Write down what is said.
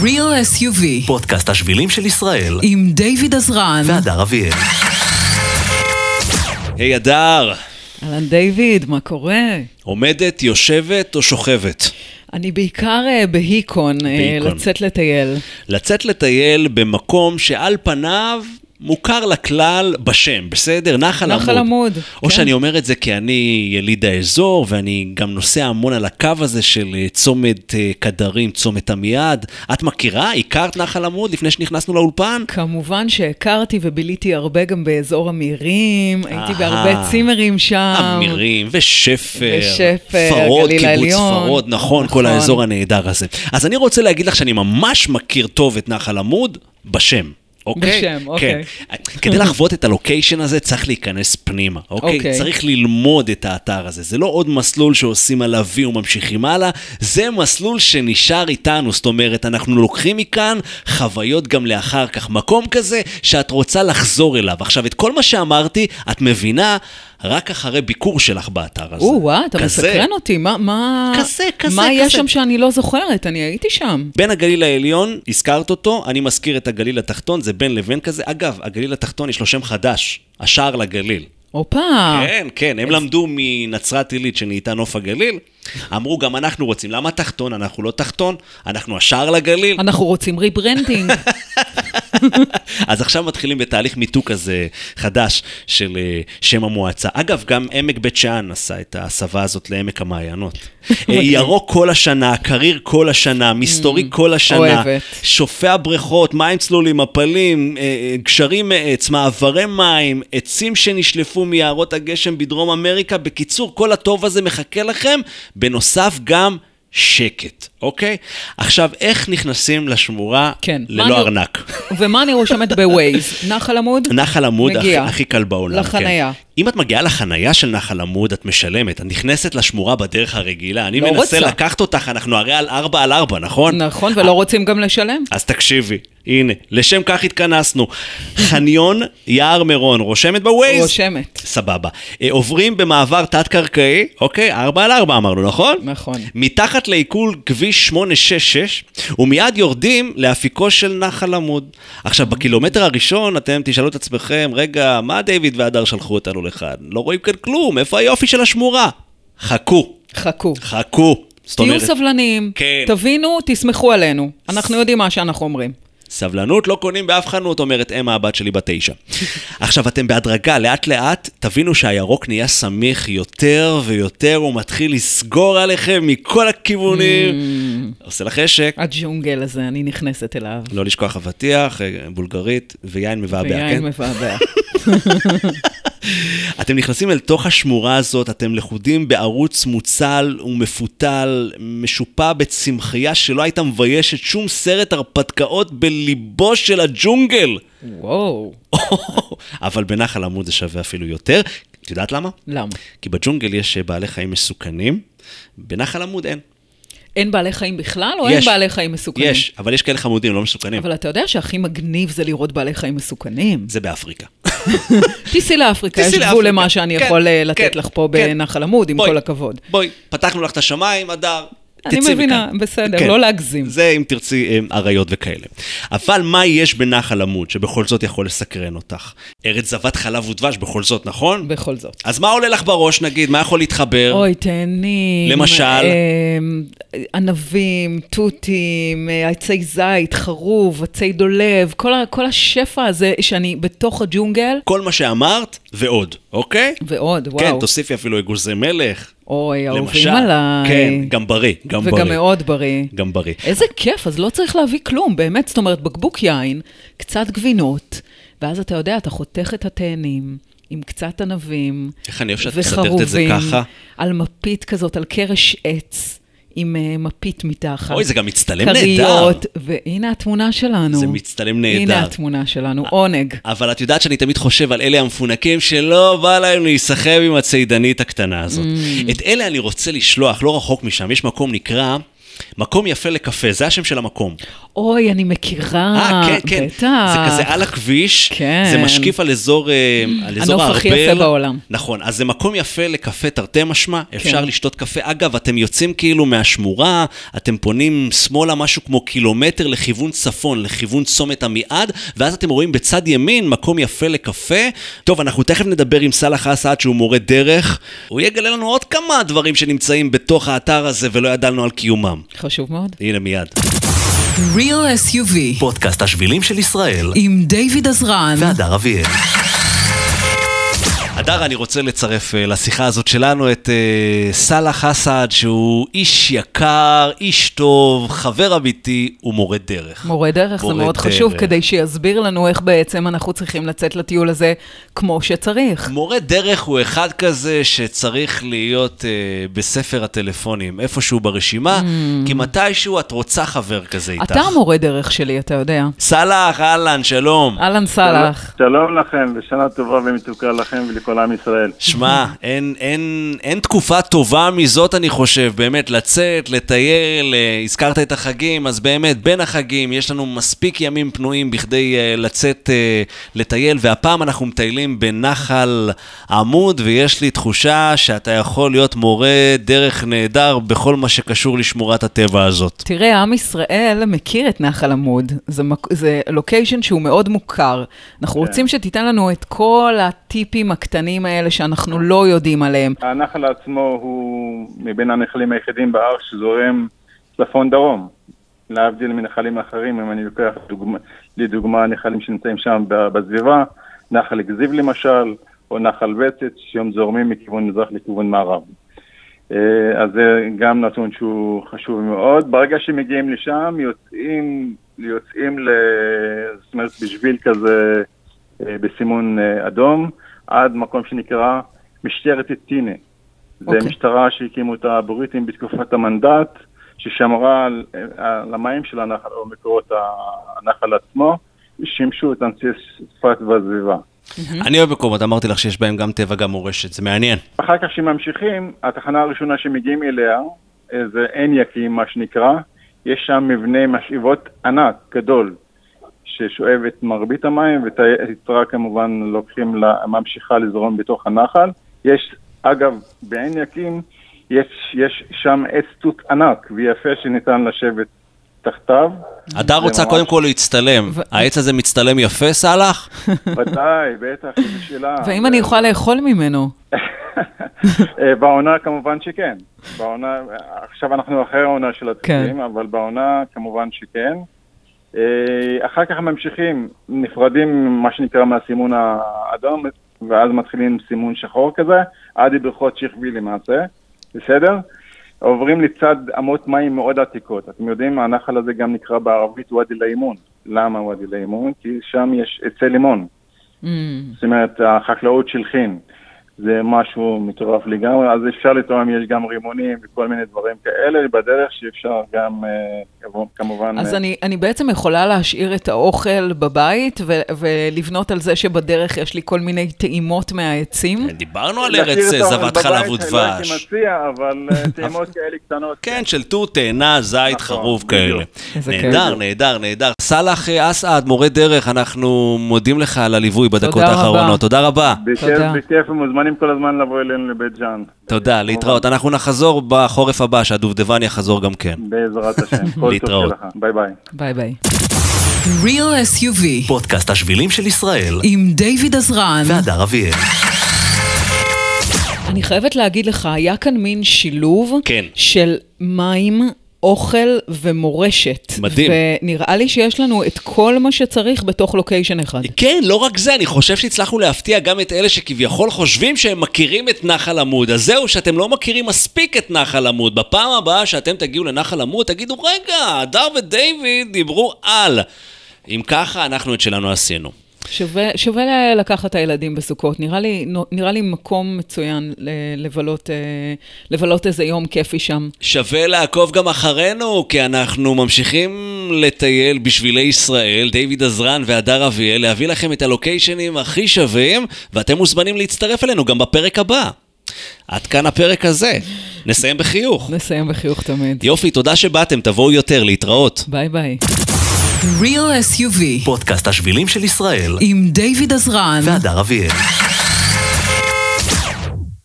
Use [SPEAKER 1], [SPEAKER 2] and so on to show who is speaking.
[SPEAKER 1] Real SUV,
[SPEAKER 2] פודקאסט השבילים של ישראל,
[SPEAKER 1] עם דיוויד עזרן.
[SPEAKER 2] והדר אביאל. היי הדר,
[SPEAKER 1] אהלן דיוויד, מה קורה?
[SPEAKER 2] עומדת, יושבת או שוכבת?
[SPEAKER 1] אני בעיקר אה, בהיקון, אה,
[SPEAKER 2] בהיקון.
[SPEAKER 1] לצאת לטייל.
[SPEAKER 2] לצאת לטייל במקום שעל פניו מוכר לכלל בשם, בסדר? נחל עמוד.
[SPEAKER 1] נחל עמוד,
[SPEAKER 2] או
[SPEAKER 1] כן.
[SPEAKER 2] שאני אומר את זה כי אני יליד האזור, ואני גם נוסע המון על הקו הזה של אה, צומת אה, קדרים, צומת עמיעד. את מכירה? הכרת נחל עמוד לפני שנכנסנו לאולפן?
[SPEAKER 1] כמובן שהכרתי וביליתי הרבה גם באזור המירים, הייתי
[SPEAKER 2] אהה.
[SPEAKER 1] בהרבה צימרים שם.
[SPEAKER 2] אמירים ושפר,
[SPEAKER 1] ושפר,
[SPEAKER 2] פרוד,
[SPEAKER 1] הגליל
[SPEAKER 2] קיבוץ
[SPEAKER 1] העליון.
[SPEAKER 2] פרוד, נכון,
[SPEAKER 1] נכון.
[SPEAKER 2] כל האזור הנהדר הזה. אז אני רוצה להגיד לך שאני ממש מכיר טוב את נחל עמוד בשם. אוקיי?
[SPEAKER 1] בשם, אוקיי.
[SPEAKER 2] כן. כדי לחוות את הלוקיישן הזה צריך להיכנס פנימה, אוקיי?
[SPEAKER 1] אוקיי.
[SPEAKER 2] צריך ללמוד את האתר הזה. זה לא עוד מסלול שעושים עליו וי וממשיכים הלאה, זה מסלול שנשאר איתנו. זאת אומרת, אנחנו לוקחים מכאן חוויות גם לאחר כך. מקום כזה שאת רוצה לחזור אליו. עכשיו, את כל מה שאמרתי, את מבינה רק אחרי ביקור שלך באתר הזה.
[SPEAKER 1] או, וואו, אתה
[SPEAKER 2] כזה.
[SPEAKER 1] מסקרן אותי, מה, מה,
[SPEAKER 2] כזה, כזה,
[SPEAKER 1] מה יש
[SPEAKER 2] כזה.
[SPEAKER 1] שם שאני לא זוכרת? אני הייתי שם.
[SPEAKER 2] בין הגליל העליון, הזכרת אותו, אני מזכיר את הגליל התחתון, זה בין לבין כזה. אגב, הגליל התחתון יש לו שם חדש, השער לגליל.
[SPEAKER 1] הופה.
[SPEAKER 2] כן, כן, הם למדו מנצרת עילית שנהייתה נוף הגליל, אמרו גם אנחנו רוצים, למה תחתון? אנחנו לא תחתון, אנחנו השער לגליל.
[SPEAKER 1] אנחנו רוצים ריברנדינג.
[SPEAKER 2] אז עכשיו מתחילים בתהליך מיתוג כזה חדש של אה, שם המועצה. אגב, גם עמק בית שאן עשה את ההסבה הזאת לעמק המעיינות. אה, ירוק כל השנה, קריר כל השנה, מסתורי כל השנה,
[SPEAKER 1] Mm. אוהבת.
[SPEAKER 2] שופע בריכות, מים צלולים, מפלים, אה, אה, גשרים מעץ, מעברי מים, עצים שנשלפו מיערות הגשם בדרום אמריקה. בקיצור, כל הטוב הזה מחכה לכם, בנוסף גם... שקט, אוקיי? עכשיו, איך נכנסים לשמורה
[SPEAKER 1] כן. מה
[SPEAKER 2] ללא
[SPEAKER 1] אני-
[SPEAKER 2] ארנק?
[SPEAKER 1] ומה אני רושמת בווייז? נחל עמוד?
[SPEAKER 2] נחל עמוד הכי,
[SPEAKER 1] מגיע.
[SPEAKER 2] הכי קל בעולם.
[SPEAKER 1] לחניה.
[SPEAKER 2] כן. אם את מגיעה לחנייה של נחל עמוד, את משלמת. את נכנסת לשמורה בדרך הרגילה. אני
[SPEAKER 1] לא
[SPEAKER 2] מנסה
[SPEAKER 1] רוצה.
[SPEAKER 2] לקחת אותך, אנחנו הרי על ארבע על ארבע, נכון?
[SPEAKER 1] נכון, ולא רוצים גם לשלם?
[SPEAKER 2] אז תקשיבי, הנה, לשם כך התכנסנו. חניון יער מירון, רושמת בווייז?
[SPEAKER 1] רושמת.
[SPEAKER 2] סבבה. אה, עוברים במעבר תת-קרקעי, אוקיי, ארבע על ארבע אמרנו, נכון?
[SPEAKER 1] נכון.
[SPEAKER 2] מתחת לעיכול כביש 866, ומיד יורדים לאפיקו של נחל עמוד. עכשיו, בקילומטר הראשון אתם תשאלו את עצמכם, רגע, מה דיוויד והדר שלחו אותנו לכאן? לא רואים כאן כלום, איפה היופי של השמורה? חכו,
[SPEAKER 1] חכו.
[SPEAKER 2] חכו. זאת
[SPEAKER 1] תהיו
[SPEAKER 2] אומרת,
[SPEAKER 1] סבלניים,
[SPEAKER 2] כן.
[SPEAKER 1] תבינו, תסמכו עלינו. אנחנו יודעים מה שאנחנו אומרים.
[SPEAKER 2] סבלנות לא קונים באף חנות, אומרת אמה הבת שלי בת תשע. עכשיו אתם בהדרגה, לאט לאט, תבינו שהירוק נהיה סמיך יותר ויותר, הוא מתחיל לסגור עליכם מכל הכיוונים. עושה לך חשק.
[SPEAKER 1] הג'ונגל הזה, אני נכנסת אליו.
[SPEAKER 2] לא לשכוח אבטיח, אה, בולגרית ויין מבעבע,
[SPEAKER 1] ויין
[SPEAKER 2] כן?
[SPEAKER 1] מבעבע.
[SPEAKER 2] אתם נכנסים אל תוך השמורה הזאת, אתם לכודים בערוץ מוצל ומפותל, משופע בצמחייה שלא הייתה מביישת שום סרט הרפתקאות בליבו של הג'ונגל.
[SPEAKER 1] וואו,
[SPEAKER 2] אבל בנחל עמוד זה שווה אפילו יותר. את יודעת למה?
[SPEAKER 1] למה?
[SPEAKER 2] כי בג'ונגל יש אה, בעלי חיים מסוכנים, בנחל עמוד אין.
[SPEAKER 1] אין בעלי חיים בכלל, או אין
[SPEAKER 2] יש.
[SPEAKER 1] בעלי חיים מסוכנים?
[SPEAKER 2] יש, אבל יש כאלה חמודים, לא מסוכנים.
[SPEAKER 1] אבל אתה יודע שהכי מגניב זה לראות בעלי חיים מסוכנים.
[SPEAKER 2] זה באפריקה.
[SPEAKER 1] תיסעי לאפריקה,
[SPEAKER 2] תיסעי
[SPEAKER 1] יש גבול
[SPEAKER 2] לאפריקה.
[SPEAKER 1] למה שאני
[SPEAKER 2] כן,
[SPEAKER 1] יכול אה,
[SPEAKER 2] כן,
[SPEAKER 1] לתת לך פה
[SPEAKER 2] כן.
[SPEAKER 1] בנחל עמוד, עם
[SPEAKER 2] בואי,
[SPEAKER 1] כל הכבוד.
[SPEAKER 2] בואי, פתחנו לך את השמיים, הדר.
[SPEAKER 1] אני
[SPEAKER 2] תצאי
[SPEAKER 1] מבינה,
[SPEAKER 2] מכאן.
[SPEAKER 1] בסדר,
[SPEAKER 2] כן.
[SPEAKER 1] לא להגזים.
[SPEAKER 2] זה אם תרצי אה, אריות וכאלה. אבל מה יש בנחל עמוד שבכל זאת יכול לסקרן אותך? ארץ זבת חלב ודבש בכל זאת, נכון?
[SPEAKER 1] בכל זאת.
[SPEAKER 2] אז מה עולה לך בראש, נגיד? מה יכול להתחבר?
[SPEAKER 1] אוי, תאנים.
[SPEAKER 2] למשל?
[SPEAKER 1] אמ, ענבים, תותים, אה, עצי זית, חרוב, עצי דולב, כל, ה- כל השפע הזה שאני בתוך הג'ונגל,
[SPEAKER 2] כל מה שאמרת ועוד, אוקיי?
[SPEAKER 1] ועוד, וואו.
[SPEAKER 2] כן, תוסיפי אפילו אגוזי מלך.
[SPEAKER 1] אוי,
[SPEAKER 2] למשל.
[SPEAKER 1] אהובים עליי.
[SPEAKER 2] כן, גם בריא, גם בריא.
[SPEAKER 1] וגם מאוד בריא.
[SPEAKER 2] גם בריא.
[SPEAKER 1] איזה כיף, אז לא צריך להביא כלום, באמת. זאת אומרת, בקבוק יין, קצת גבינות, ואז אתה יודע, אתה חותך את התאנים עם קצת ענבים
[SPEAKER 2] איך אני אוהב שאת מסדרת את זה
[SPEAKER 1] וחרובים,
[SPEAKER 2] ככה.
[SPEAKER 1] על מפית כזאת, על קרש עץ, עם אה, מפית מתחת.
[SPEAKER 2] אוי, זה גם מצטלם
[SPEAKER 1] כריות, והנה התמונה שלנו.
[SPEAKER 2] זה מצטלם נהדר.
[SPEAKER 1] הנה התמונה שלנו, עונג.
[SPEAKER 2] אבל את יודעת שאני תמיד חושב על אלה המפונקים שלא בא להם להיסחב עם הצידנית הקטנה הזאת. את אלה אני רוצה לשלוח, לא רחוק משם, יש מקום נקרא... מקום יפה לקפה, זה השם של המקום.
[SPEAKER 1] אוי, אני מכירה.
[SPEAKER 2] אה, כן, כן.
[SPEAKER 1] בטח.
[SPEAKER 2] זה כזה על הכביש,
[SPEAKER 1] כן.
[SPEAKER 2] זה משקיף על אזור, אה, על אזור
[SPEAKER 1] הנוף הכי
[SPEAKER 2] הארבל.
[SPEAKER 1] יפה בעולם.
[SPEAKER 2] נכון, אז זה מקום יפה לקפה תרתי משמע, אפשר
[SPEAKER 1] כן.
[SPEAKER 2] לשתות קפה. אגב, אתם יוצאים כאילו מהשמורה, אתם פונים שמאלה משהו כמו קילומטר לכיוון צפון, לכיוון צומת עמיעד, ואז אתם רואים בצד ימין מקום יפה לקפה. טוב, אנחנו תכף נדבר עם סאלח אסעד שהוא מורה דרך, הוא יגלה לנו עוד כמה דברים שנמצאים בתוך האתר הזה ולא ידענו על קיומם.
[SPEAKER 1] חשוב מאוד.
[SPEAKER 2] הנה מיד.
[SPEAKER 3] Real SUV
[SPEAKER 4] פודקאסט השבילים של ישראל,
[SPEAKER 3] עם דיוויד עזרן.
[SPEAKER 4] והדר אביאל.
[SPEAKER 2] הדר, אני רוצה לצרף אה, לשיחה הזאת שלנו את אה, סאלח אסעד, שהוא איש יקר, איש טוב, חבר אמיתי ומורה דרך.
[SPEAKER 1] מורה דרך זה
[SPEAKER 2] מורה
[SPEAKER 1] מאוד
[SPEAKER 2] דרך.
[SPEAKER 1] חשוב, כדי שיסביר לנו איך בעצם אנחנו צריכים לצאת לטיול הזה כמו שצריך.
[SPEAKER 2] מורה דרך הוא אחד כזה שצריך להיות אה, בספר הטלפונים, איפשהו ברשימה, כי מתישהו את רוצה חבר כזה איתך.
[SPEAKER 1] אתה המורה דרך שלי, אתה יודע.
[SPEAKER 2] סאלח, אהלן, שלום.
[SPEAKER 1] אהלן סאלח.
[SPEAKER 5] שלום לכם, ושנה טובה ומתוקה לכם ולכל עם ישראל.
[SPEAKER 2] שמע, אין, אין, אין תקופה טובה מזאת, אני חושב, באמת, לצאת, לטייל, אה, הזכרת את החגים, אז באמת, בין החגים יש לנו מספיק ימים פנויים בכדי אה, לצאת אה, לטייל, והפעם אנחנו מטיילים בנחל עמוד, ויש לי תחושה שאתה יכול להיות מורה דרך נהדר בכל מה שקשור לשמורת הטבע הזאת.
[SPEAKER 1] תראה, עם ישראל מכיר את נחל עמוד. זה, מק... זה לוקיישן שהוא מאוד מוכר. אנחנו רוצים שתיתן לנו את כל הטיפים הקטנים האלה שאנחנו לא יודעים עליהם.
[SPEAKER 5] הנחל עצמו הוא מבין הנחלים היחידים בארץ שזורם צפון-דרום, להבדיל מנחלים אחרים, אם אני לוקח דוגמה, לדוגמה נחלים שנמצאים שם ב- בסביבה, נחל כזיב למשל, או נחל בצת, שהם זורמים מכיוון מזרח לכיוון מערב. אה, אז זה גם נתון שהוא חשוב מאוד. ברגע שמגיעים לשם, יוצאים, יוצאים ל... זאת אומרת, בשביל כזה אה, בסימון אה, אדום, עד מקום שנקרא משטרת טינה.
[SPEAKER 1] אוקיי.
[SPEAKER 5] זו משטרה שהקימו אותה הבריטים בתקופת המנדט, ששמרה על, אה, על המים של הנחל, או מקורות הנחל עצמו, שימשו את אנשי צפת והסביבה.
[SPEAKER 2] אני אוהב מקומות, אמרתי לך שיש בהם גם טבע, גם מורשת, זה מעניין.
[SPEAKER 5] אחר כך שממשיכים, התחנה הראשונה שמגיעים אליה אה, זה עין יקים, מה שנקרא. יש שם מבנה משאבות ענק, גדול, ששואב את מרבית המים, ואת היתרה כמובן לוקחים, לה- ממשיכה לזרום בתוך הנחל. יש, אגב, בעין יקים, יש, יש שם עץ תות ענק ויפה שניתן לשבת תחתיו.
[SPEAKER 2] הדר רוצה
[SPEAKER 5] ממש-
[SPEAKER 2] קודם כל להצטלם. העץ הזה מצטלם יפה, סאלח?
[SPEAKER 5] ודאי, בטח, איזו שאלה.
[SPEAKER 1] ואם אני אוכל לאכול ממנו,
[SPEAKER 5] אה, בעונה כמובן שכן. בעונה, עכשיו אנחנו אחרי העונה של הצופים, אבל בעונה כמובן שכן. אה, אחר כך ממשיכים, נפרדים ממה שנקרא מהסימון האדום, ואז מתחילים סימון שחור כזה, עד לבריכות שכבי למעשה, בסדר? עוברים לצד אמות מים מאוד עתיקות. אתם יודעים, הנחל הזה גם נקרא בערבית ואדי לימון. למה ואדי לימון? כי שם יש עצי לימון.
[SPEAKER 1] mm,
[SPEAKER 2] אה,
[SPEAKER 5] זאת אומרת, החקלאות של חין זה משהו מטורף לגמרי, אז אפשר לטעום, יש גם רימונים וכל מיני דברים כאלה בדרך שאפשר גם, אה, כמובן- כמובן...
[SPEAKER 1] אז
[SPEAKER 5] אה,
[SPEAKER 1] אני, אני בעצם יכולה להשאיר את האוכל בבית ו, ולבנות על זה שבדרך יש לי כל מיני טעימות מהעצים.
[SPEAKER 2] כן. דיברנו על
[SPEAKER 5] להשאיר
[SPEAKER 2] ארץ
[SPEAKER 5] את האוכל
[SPEAKER 2] זבת
[SPEAKER 5] בבית,
[SPEAKER 2] חלב
[SPEAKER 5] לא הייתי
[SPEAKER 2] ודבש.
[SPEAKER 5] מציע, אבל אה, טעימות כאלה קטנות.
[SPEAKER 2] כן, של תור, תאנה, זית,
[SPEAKER 5] נכון,
[SPEAKER 2] חרוב
[SPEAKER 5] בדיוק.
[SPEAKER 2] כאלה.
[SPEAKER 1] איזה כיף.
[SPEAKER 2] נהדר, נהדר, נהדר. סאלח אה, אסעד, מורה דרך, אנחנו מודים לך על הליווי בדקות
[SPEAKER 1] תודה רבה.
[SPEAKER 2] האחרונות. תודה רבה.
[SPEAKER 5] בכיף,
[SPEAKER 1] תודה.
[SPEAKER 5] בכיף, הם מוזמנים כל הזמן לבוא אלינו לבית ג'אן.
[SPEAKER 2] תודה, להתראות. אנחנו נחזור בחורף הבא, שהדובדבן יחזור גם כן.
[SPEAKER 5] בעזרת השם. כל טוב
[SPEAKER 2] להתראות.
[SPEAKER 5] שלך. ביי ביי.
[SPEAKER 1] ביי ביי.
[SPEAKER 3] Real SUV
[SPEAKER 4] פודקאסט השבילים של ישראל,
[SPEAKER 3] עם דיוויד עזרן.
[SPEAKER 4] והדר אביאל.
[SPEAKER 1] אני חייבת להגיד לך, היה כאן מין שילוב
[SPEAKER 2] כן.
[SPEAKER 1] של מים, אוכל ומורשת.
[SPEAKER 2] מדהים.
[SPEAKER 1] ונראה לי שיש לנו את כל מה שצריך בתוך לוקיישן אחד.
[SPEAKER 2] כן, לא רק זה, אני חושב שהצלחנו להפתיע גם את אלה שכביכול חושבים שהם מכירים את נחל עמוד. אז זהו, שאתם לא מכירים מספיק את נחל עמוד. בפעם הבאה שאתם תגיעו לנחל עמוד, תגידו, רגע, הדר ודייוויד דיברו על. אם ככה, אנחנו את שלנו עשינו.
[SPEAKER 1] שווה, שווה ל- לקחת את הילדים בסוכות. נראה לי, נו- נראה לי מקום מצוין ל- לבלות, אה, לבלות איזה יום כיפי שם.
[SPEAKER 2] שווה לעקוב גם אחרינו, כי אנחנו ממשיכים לטייל בשבילי ישראל, דיוויד עזרן והדר אביאל, להביא לכם את הלוקיישנים הכי שווים, ואתם מוזמנים להצטרף אלינו גם בפרק הבא. עד כאן הפרק הזה. נסיים בחיוך.
[SPEAKER 1] נסיים בחיוך תמיד.
[SPEAKER 2] יופי, תודה שבאתם, תבואו יותר, להתראות.
[SPEAKER 1] ביי ביי.
[SPEAKER 2] Real SUV
[SPEAKER 1] פודקאסט השבילים של ישראל,
[SPEAKER 2] עם דיוויד עזרן
[SPEAKER 1] והדר אביאל.